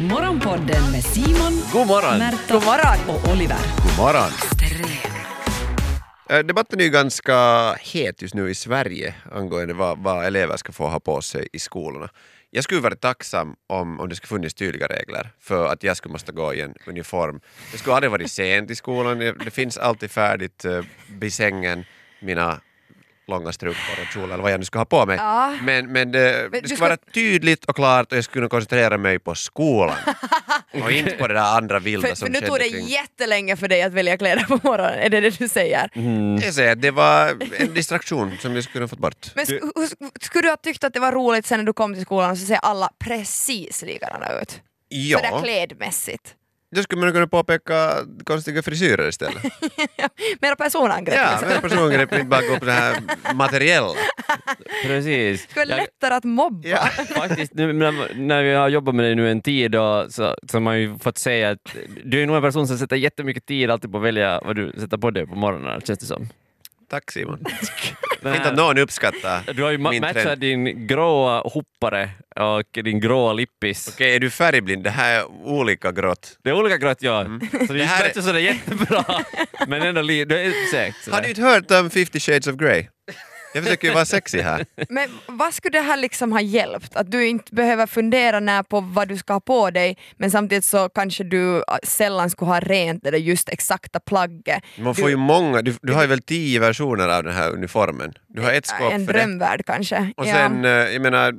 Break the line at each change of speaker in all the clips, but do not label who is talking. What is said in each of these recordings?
Morgonpodden med Simon,
God morgon!
Märta
God morgon.
och Oliver.
God morgon! Eh, Debatten är ju ganska het just nu i Sverige angående vad, vad elever ska få ha på sig i skolorna. Jag skulle vara tacksam om, om det skulle funnits tydliga regler för att jag skulle måste gå i en uniform. Jag skulle aldrig varit sent i skolan, Jag- det finns alltid färdigt eh, vid sängen, mina långa strumpor och kjolar eller vad jag nu ska ha på mig.
Ja.
Men, men, det, det
du
ska
ska-
vara tydligt och klart och jag skulle kunna koncentrera mig på skolan och inte på det där andra vilda
För,
som
för nu
skedde
tog det
kring-
jättelänge för dig att välja kläder på morgonen, är det det du säger?
Mm.
Jag säger att det var en distraktion som vi skulle kunna fått bort.
Men sk- hur sk- skulle du ha tyckt att det var roligt sen när du kom till skolan så ser alla precis likadana ut? Sådär
Ja,
klädmässigt.
då skulle man kunna påpeka konstiga frisyrer istället.
Mera personangrepp.
Ja,
liksom.
men persongrepp, inte bara gå på det här materiella.
Precis.
Det skulle vara
Jag-
lättare att mobba.
Ja.
Faktiskt, nu, när, när jag har jobbat med dig nu en tid och så, så har man ju fått säga att du är nog en person som sätter jättemycket tid alltid på att välja vad du sätter på dig på morgonen, känns det som.
Tack Simon.
Den
Inte
här-
att någon uppskattar
eh, du har ju ma-
min
matchat
trend.
din gråa hoppare och din gråa lippis.
Okej, är du färgblind? Det här är olika grått.
Det är olika grått jag. Så det
Mm. Det här
är
är-
inte sådär jättebra, men ändå li- du är säkert sådär.
Har du inte hört om 50 shades of Grey? Jag försöker ju vara sexy här.
Men vad skulle det här liksom ha hjälpt? Att du inte behöver fundera när på vad du ska ha på dig men samtidigt så kanske du äh, sällan skulle ha rent det där just exakta plagget.
Man får ju många, du, du har ju väl tio versioner av den här uniformen? Du har ett skåp
Äh, en
för det.
drömvärld kanske.
Och
Ja.
sen, eh, jag menar,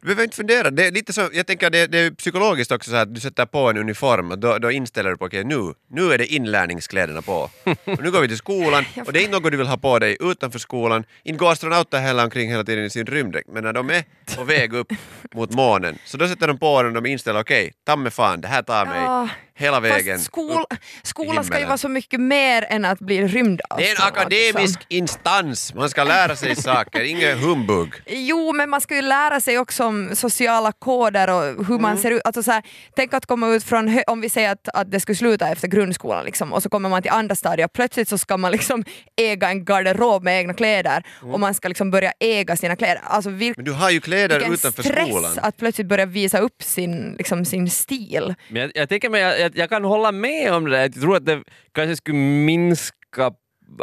du behöver inte fundera. Det är lite så, jag tänker att det, det är psykologiskt också så här att du sätter på en uniform och då, då inställer du på okej nu, nu är det inlärningskläderna på. Och nu går vi till skolan och det är inte något du vill ha på dig utanför skolan. Inte går astronauter heller omkring hela tiden i sin rymddräkt men när de är på väg upp mot månen så då sätter de på den och de inställer okej, ta mig fan, det här tar mig
Ja.
hela vägen
Fast skol,
upp.
skola ska ju
himmelen.
vara så mycket mer än att bli rymdastronaut.
Det är en akademisk
liksom.
instans, man ska lära sig saker, ingen humbug.
Jo, men man ska ju lära sig också om sociala koder och hur man
Mm.
ser ut. Alltså så här, tänk att komma ut från, hö- om vi säger att, att det skulle sluta efter grundskolan liksom, och så kommer man till andra stadier och plötsligt så ska man liksom äga en garderob med egna kläder och man ska liksom börja äga sina kläder. Alltså vil-
Men du har ju Mm. kläder
vilken
utanför
stress
skolan.
att plötsligt börja visa upp sin, liksom, sin stil.
Men jag, jag tänker mig, jag, jag, jag kan hålla med om det där. Jag tror att det kanske skulle minska,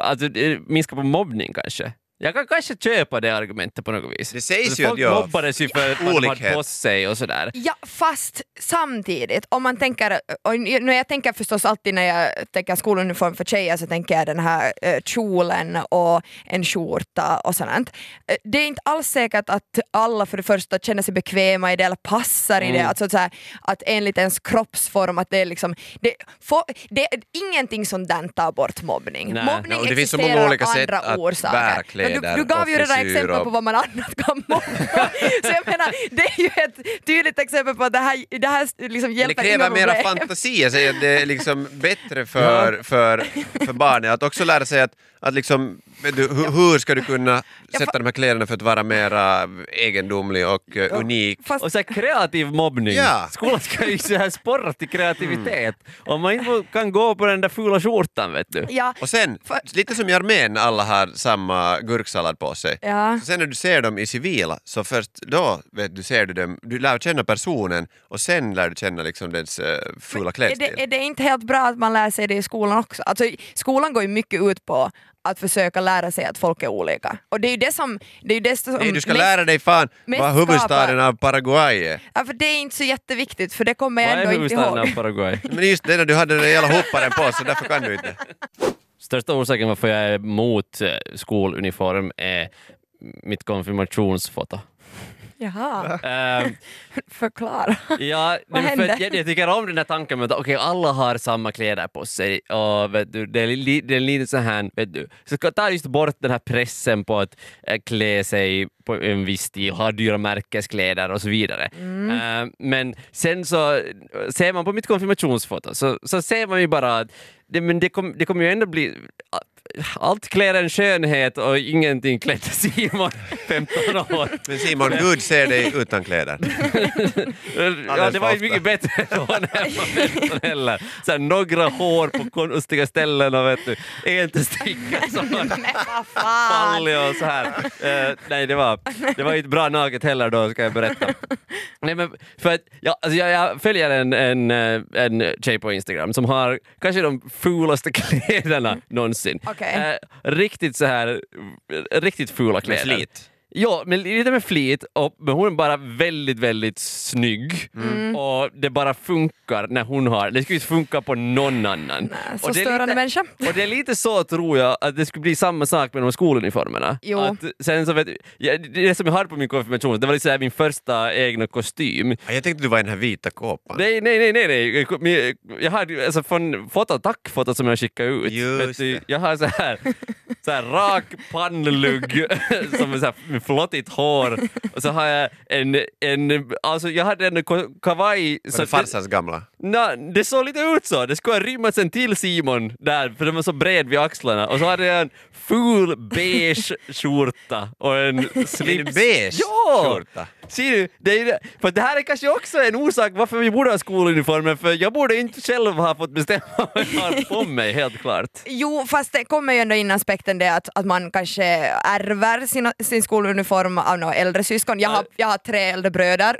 alltså, eh, minska på mobbning kanske. Jag kan kanske köpa det argumentet på något vis.
Det sägs
Alltså,
ju
Folk
att jag-
mobbades ju för att man hade
Olikhet.
på sig och sådär.
Ja, fast samtidigt, om man tänker, och nu jag tänker förstås alltid när jag tänker skoluniform för tjejer så tänker jag den här eh, kjolen och en skjorta och sånt. Eh, Det är inte alls säkert att alla för det första känner sig bekväma i det eller passar i det,
Mm.
alltså så här, att enligt ens kroppsform att det är liksom, det, få- det är ingenting som den tar bort mobbning.
Nej.
mobbning
Ja, och det finns så
existerar
många olika
av
sätt
andra
att
orsaker.
bära
Men
kläder
Du, du gav
och
ju redan
frisyr
exempel
och-
på vad man annat kan mobba. Så jag menar, det är ju ett tydligt exempel på att det här, det här liksom
Men det
hjälper
kräver
inga
mera
problem.
fantasi. Jag säger att det är liksom bättre för, för, för barnet att också lära sig att, att liksom, vet du, hur, hur ska du kunna sätta de här kläderna för att vara mera egendomlig och eh, unik?
Fast,
Och så här kreativ mobbning.
Ja.
Skolan ska ju så här sporra till kreativitet. Om man inte kan gå på den där fula skjortan vet du.
ja,
Och sen,
För-
lite som i armén, alla har samma gurksallad på sig.
Ja.
Så sen när du ser dem i civila, så först då vet du, ser du dem, du lär känna personen och sen lär du känna liksom dens uh, fula
är,
klädstil.
det, är det inte helt bra att man lär sig det i skolan också? Alltså, skolan går ju mycket ut på att försöka lära sig att folk är olika. Och det är ju det som... Det är ju det som
Nej, du ska
mest-
lära dig fan
mest
vad huvudstaden av Paraguay är.
Ja, för det är inte så jätteviktigt för det kommer jag
Vad är
ändå inte
huvudstaden av
ihåg.
Paraguay?
Men just det, när du hade den där jävla hopparen på så därför kan du inte.
Största orsaken varför jag är emot eh, skoluniform är mitt konfirmationsfoto.
Jaha,
Ehm,
förklara.
Ja,
Vad
nej, men för
hände?
att jag, jag tycker om den där tanken med att okej, alla har samma kläder på sig och vet du, det, är li, det är lite så här, vet du, så ska ta just bort den här pressen på att eh, klä sig på en viss stil, ha dyra märkeskläder och så vidare. Eh, men sen så eh, ser man på mitt konfirmationsfoto så, så ser man ju bara att det, men det, kom, det kommer ju ändå bli allt klär en skönhet och ingenting klädde Simon 15 år.
Men Simon, Gud ser dig utan kläder.
Ja, det var ju
ofta.
mycket bättre då när jag var 15 heller. Så här, några hår på konstiga ställen och vet du, en testickel som har
Men vad fan!
fallit och så här. Eh, nej, det var, det var ju inte bra naket heller då, ska jag berätta. Nej, men för att, ja, alltså jag, jag följer en, en, eh, en tjej på Instagram som har kanske de fulaste kläderna någonsin.
Okej.
Eh, riktigt så här, eh, riktigt fula
Med
kläder.
slit.
Ja, men lite med flit. Och, men hon är bara väldigt, väldigt snygg.
Mm.
Och det bara funkar när hon har... Det skulle inte funka på någon annan.
Nej, Så
och, det
störande
är lite,
människa.
och det är lite så tror jag att det skulle bli samma sak med de här skoluniformerna.
Jo.
Att sen så vet, ja, det som jag hade på min konfirmation, det var liksom min första egna kostym.
Ja, Jag tänkte du var i den här vita kåpan.
Nej, nej, nej, nej, nej. Min- Jag har alltså från fotot, tackfotot som jag skickade ut.
Just
vet du,
det.
jag har så här, så här rak pannlugg som är så här med flottigt hår och så har jag en, en alltså jag hade en ko- kavaj.
Var det farsans gamla?
Na, det såg lite ut så. Det skulle ha rymmats en till Simon där, för den var så bred vid axlarna. Och så hade jag en ful beige skjorta och en slips.
En beige
ja!
skjorta?
Ser du? Det är, ju- för det här är kanske också en orsak varför vi borde ha skoluniformer, för jag borde inte själv ha fått bestämma vad jag har på mig, helt klart.
Jo, fast det kommer ju ändå in aspekten det att, att man kanske ärver sin, sin skoluniform av några äldre syskon. Jag har, jag har tre äldre bröder.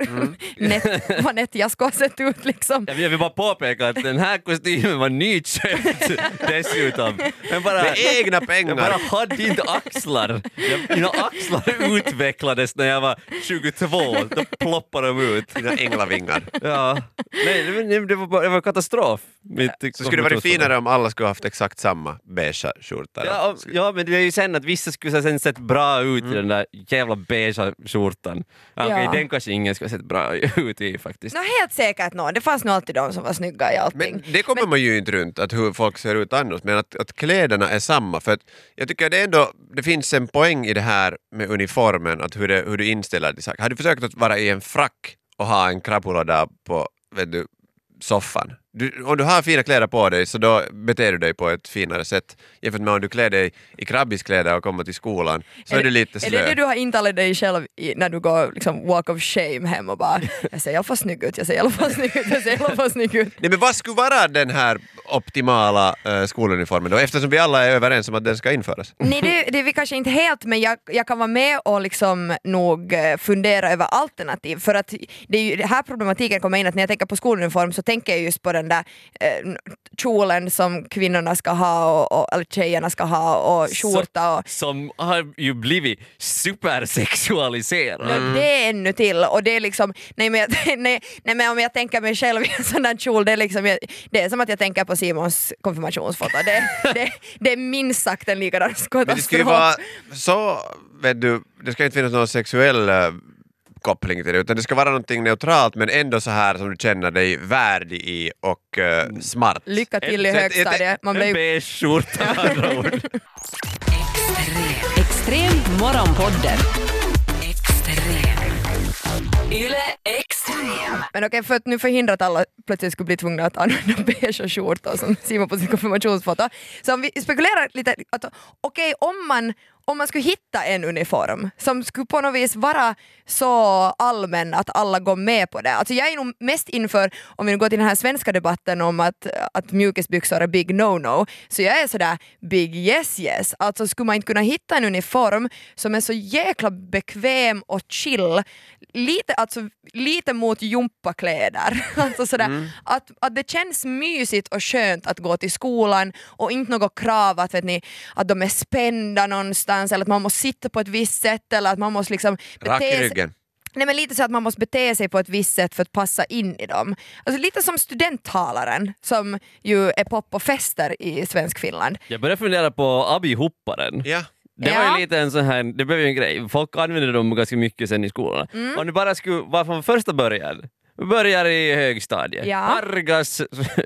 Nett, vad nätt jag ska ha sett ut liksom.
Jag vill, jag vill bara påpeka att den här kostymen var nyköpt dessutom. Men bara,
Med egna
Jag
pengar!
bara hade inte axlar. Jag, mina axlar utvecklades när jag var 22. Då ploppade de ut.
Dina änglavingar.
Ja. Nej, det, var- det, var, bara- det var katastrof. Mitt,
Så skulle det varit finare om alla skulle haft exakt samma beige skjorta.
Ja, Mm. om- ja, men det är ju sen att vissa skulle ha sen sett bra ut i den där jävla beigea skjortan. Ja, Okej,
Ja.
den kanske ingen skulle ha sett bra ut i faktiskt.
Nå helt säkert någon, det fanns nog alltid de som var snygga i allting.
Men det kommer man ju inte runt, att hur folk ser ut annars, men att, att kläderna är samma. För att jag tycker det är ändå, det finns en poäng i det här med uniformen, att hur, det, hur du inställer dig. Har du försökt att vara i en frack och ha en krapula där på vet du, soffan? Du, om du har fina kläder på dig så då beter du dig på ett finare sätt jämfört med om du klär dig i krabbiskläder och kommer till skolan så är, du lite
Är det det
slö.
du har intalat dig själv i, när du går liksom, walk of shame hem och bara jag ser i alla fall snygg ut, jag ser i alla fall snygg ut, jag ser i alla fall snygg ut.
Nej men vad skulle vara den här optimala eh, skoluniformen då? Eftersom vi alla är överens om att den ska införas.
Nej det, det är vi kanske inte helt men jag, jag kan vara med och liksom nog eh, fundera över alternativ för att det är ju det här problematiken kommer in att när jag tänker på skoluniform så tänker jag just på den där eh, kjolen som kvinnorna ska ha och, och eller tjejerna ska ha och skjorta och
Som har ju blivit supersexualiserad.
Mm. Det är ännu till och det är liksom, nej men, jag, nej, nej men om jag tänker mig själv i en sån där kjol, det är, liksom, jag, det är som att jag tänker på Simons konfirmationsfoto. Det, det, det är minst sagt en likadan
Men det ska ju vara så, vet du, det ska inte finnas någon sexuell eh, koppling till det, utan det ska vara någonting neutralt men ändå så här som du känner dig värdig i och eh, smart.
Lycka till i
Ett- ett-
högstadiet. Man blir
En
ju
beige skjorta med andra ord.
Extrem. Extrem morgonpodden. Extrem. Yle Extrem.
Men okej, för att nu förhindra att alla plötsligt skulle bli tvungna att använda beige och skjortor som Simon på sin konfirmationsfoto. Så om vi spekulerar lite, att okej om man om man skulle hitta en uniform som skulle på något vis vara så allmän att alla går med på det. Alltså jag är nog mest inför, om vi nu går till den här svenska debatten om att, att mjukisbyxor är big no-no, så jag är sådär big yes yes. Alltså skulle man inte kunna hitta en uniform som är så jäkla bekväm och chill, lite, alltså, lite mot jumpakläder. Alltså sådär,
Mm.
att, att det känns mysigt och skönt att gå till skolan och inte något krav att, vet ni, att de är spända någonstans eller att man måste sitta på ett visst sätt eller att man måste liksom
Rak i
bete sig-
ryggen.
Nej men lite så att man måste bete sig på ett visst sätt för att passa in i dem. Alltså lite som studenttalaren som ju är pop och fester i svensk Finland.
Jag började fundera på abihopparen.
Ja.
Det
Ja.
var ju lite en sån här, det blev ju en grej. Folk använde dem ganska mycket sen i skolan. Om det bara skulle vara från första början. Vi börjar i högstadiet.
Ja.
Pargas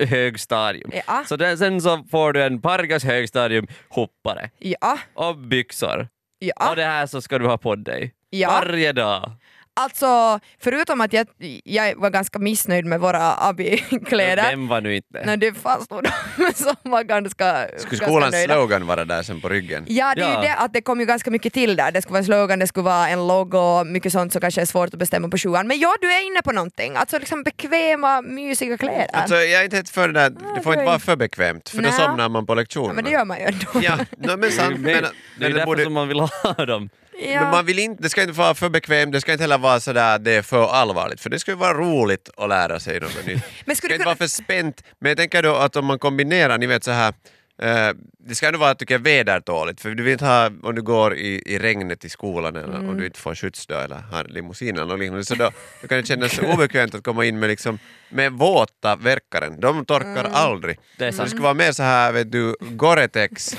högstadium.
Ja.
Så den, sen så får du en Pargas högstadium hoppare
Ja,
och byxor.
ja,
Och det här så ska du ha på dig.
Ja.
Varje dag.
Alltså, förutom att jag, jag var ganska missnöjd med våra abi-kläder,
Vem var nu inte?
när det fanns nog de som var ganska,
Skulle
ganska
skolans
nöjda.
slogan vara där sen på ryggen?
Ja, det är
Ja.
ju det att det kom ju ganska mycket till där. Det skulle vara en slogan, det skulle vara en logo, mycket sånt som kanske är svårt att bestämma på sjuan. Men ja, du är inne på någonting. Alltså liksom bekväma, mysiga kläder.
Alltså, jag är inte helt för det där, det får inte
okej.
vara för bekvämt för då
Nä.
somnar man på lektionerna.
ja, men det gör man ju ändå.
Ja, no, men sant.
det är ju
Men,
det är
men,
ju
det
därför
borde,
som man vill ha dem.
Ja.
men man vill inte, det ska inte vara för bekvämt, det ska inte heller vara sådär att det är för allvarligt för det ska ju vara roligt att lära sig något nytt.
Men
Det ska
skulle du
inte
kunna...
vara för spänt, men jag tänker då att om man kombinerar, ni vet så här eh, det ska ändå vara tycker jag, vädertåligt, för du vill inte ha, om du går i, i regnet i skolan eller
Mm.
om du inte får skjuts då, eller har limousinen och liknande, så då, då kan det kännas obekvämt att komma in med, liksom, med våta verkaren. De torkar
Mm.
aldrig.
Det är
Så det
sant.
ska vara mer så här, vet du, Gore-Tex,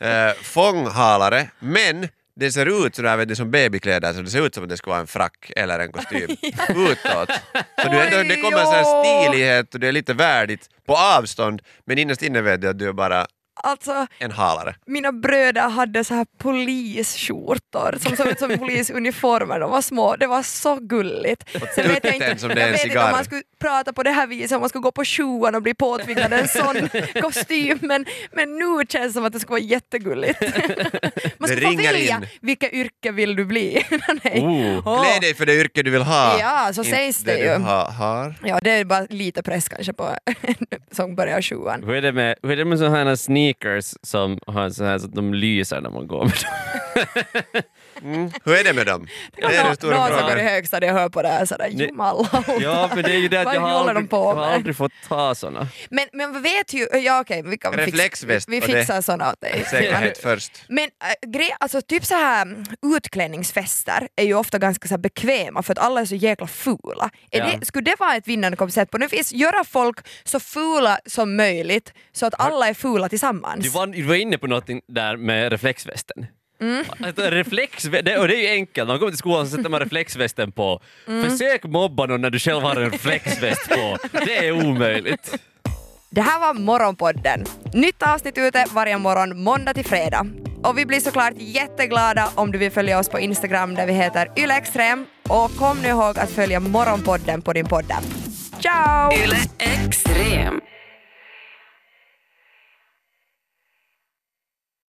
eh, fånghalare, men det ser ut sådär, vet du, som babykläder, så det ser ut som att det ska vara en frack eller en kostym utåt. Så du, ändå, det kommer en sån här stilighet och det är lite värdigt på avstånd, men innerst inne vet du att du är bara
Alltså,
en halare.
mina bröder hade så här polisskjortor som såg ut som polisuniformer. De var små. Det var så gulligt. Sen vet jag
tutten
inte,
som
jag
det är en
vet inte
cigarr.
om man skulle prata på det här viset, om man skulle gå på sjuan och bli påtvingad en sån kostym. Men, men nu känns det som att det skulle vara jättegulligt. Man
Det
skulle få
ringer
välja
in.
vilka yrke vill du bli. Nej.
Oh.
Åh.
Klä dig för det yrke du vill ha.
Ja, så
inte
sägs det
Du
ju.
ha, har.
Ja, det är bara lite press kanske på en som börjar sjuan.
Hur är det med, hur är det med såna här sneakers som har så här så att de lyser när man går med dem?
Hur är det med dem? Det är den
Någon
stora
som går i
frågan.
högstadiet hör på det här sådär,
Nej.
jumalla.
Ja, för det är ju det att
Vad
jag har
håller de
aldrig,
på
jag har
med?
aldrig fått ta såna.
Men, men vi vet ju, ja okej, vi, kan, vi fix-
Reflexväst
vi, vi
och det.
fixar såna åt dig.
Säkerhet först.
Men äh, grej, alltså typ så här mm, utklädningsfester är ju ofta ganska så här bekväma för att alla är så jäkla fula. Är
Ja.
det, skulle det vara ett vinnande koncept? på? Nu finns göra folk så fula som möjligt så att alla är fula tillsammans.
Du var, du var inne på någonting där med reflexvästen. Att reflexvä- det, och det är ju enkelt, när man kommer till skolan så sätter man reflexvästen på. Försök mobba någon när du själv har en reflexväst på. Det är omöjligt.
Det här var Morgonpodden. Nytt avsnitt ute varje morgon måndag till fredag. Och vi blir såklart jätteglada om du vill följa oss på Instagram där vi heter ylextrem. Och kom nu ihåg att följa Morgonpodden på din poddapp. Ciao!
Yle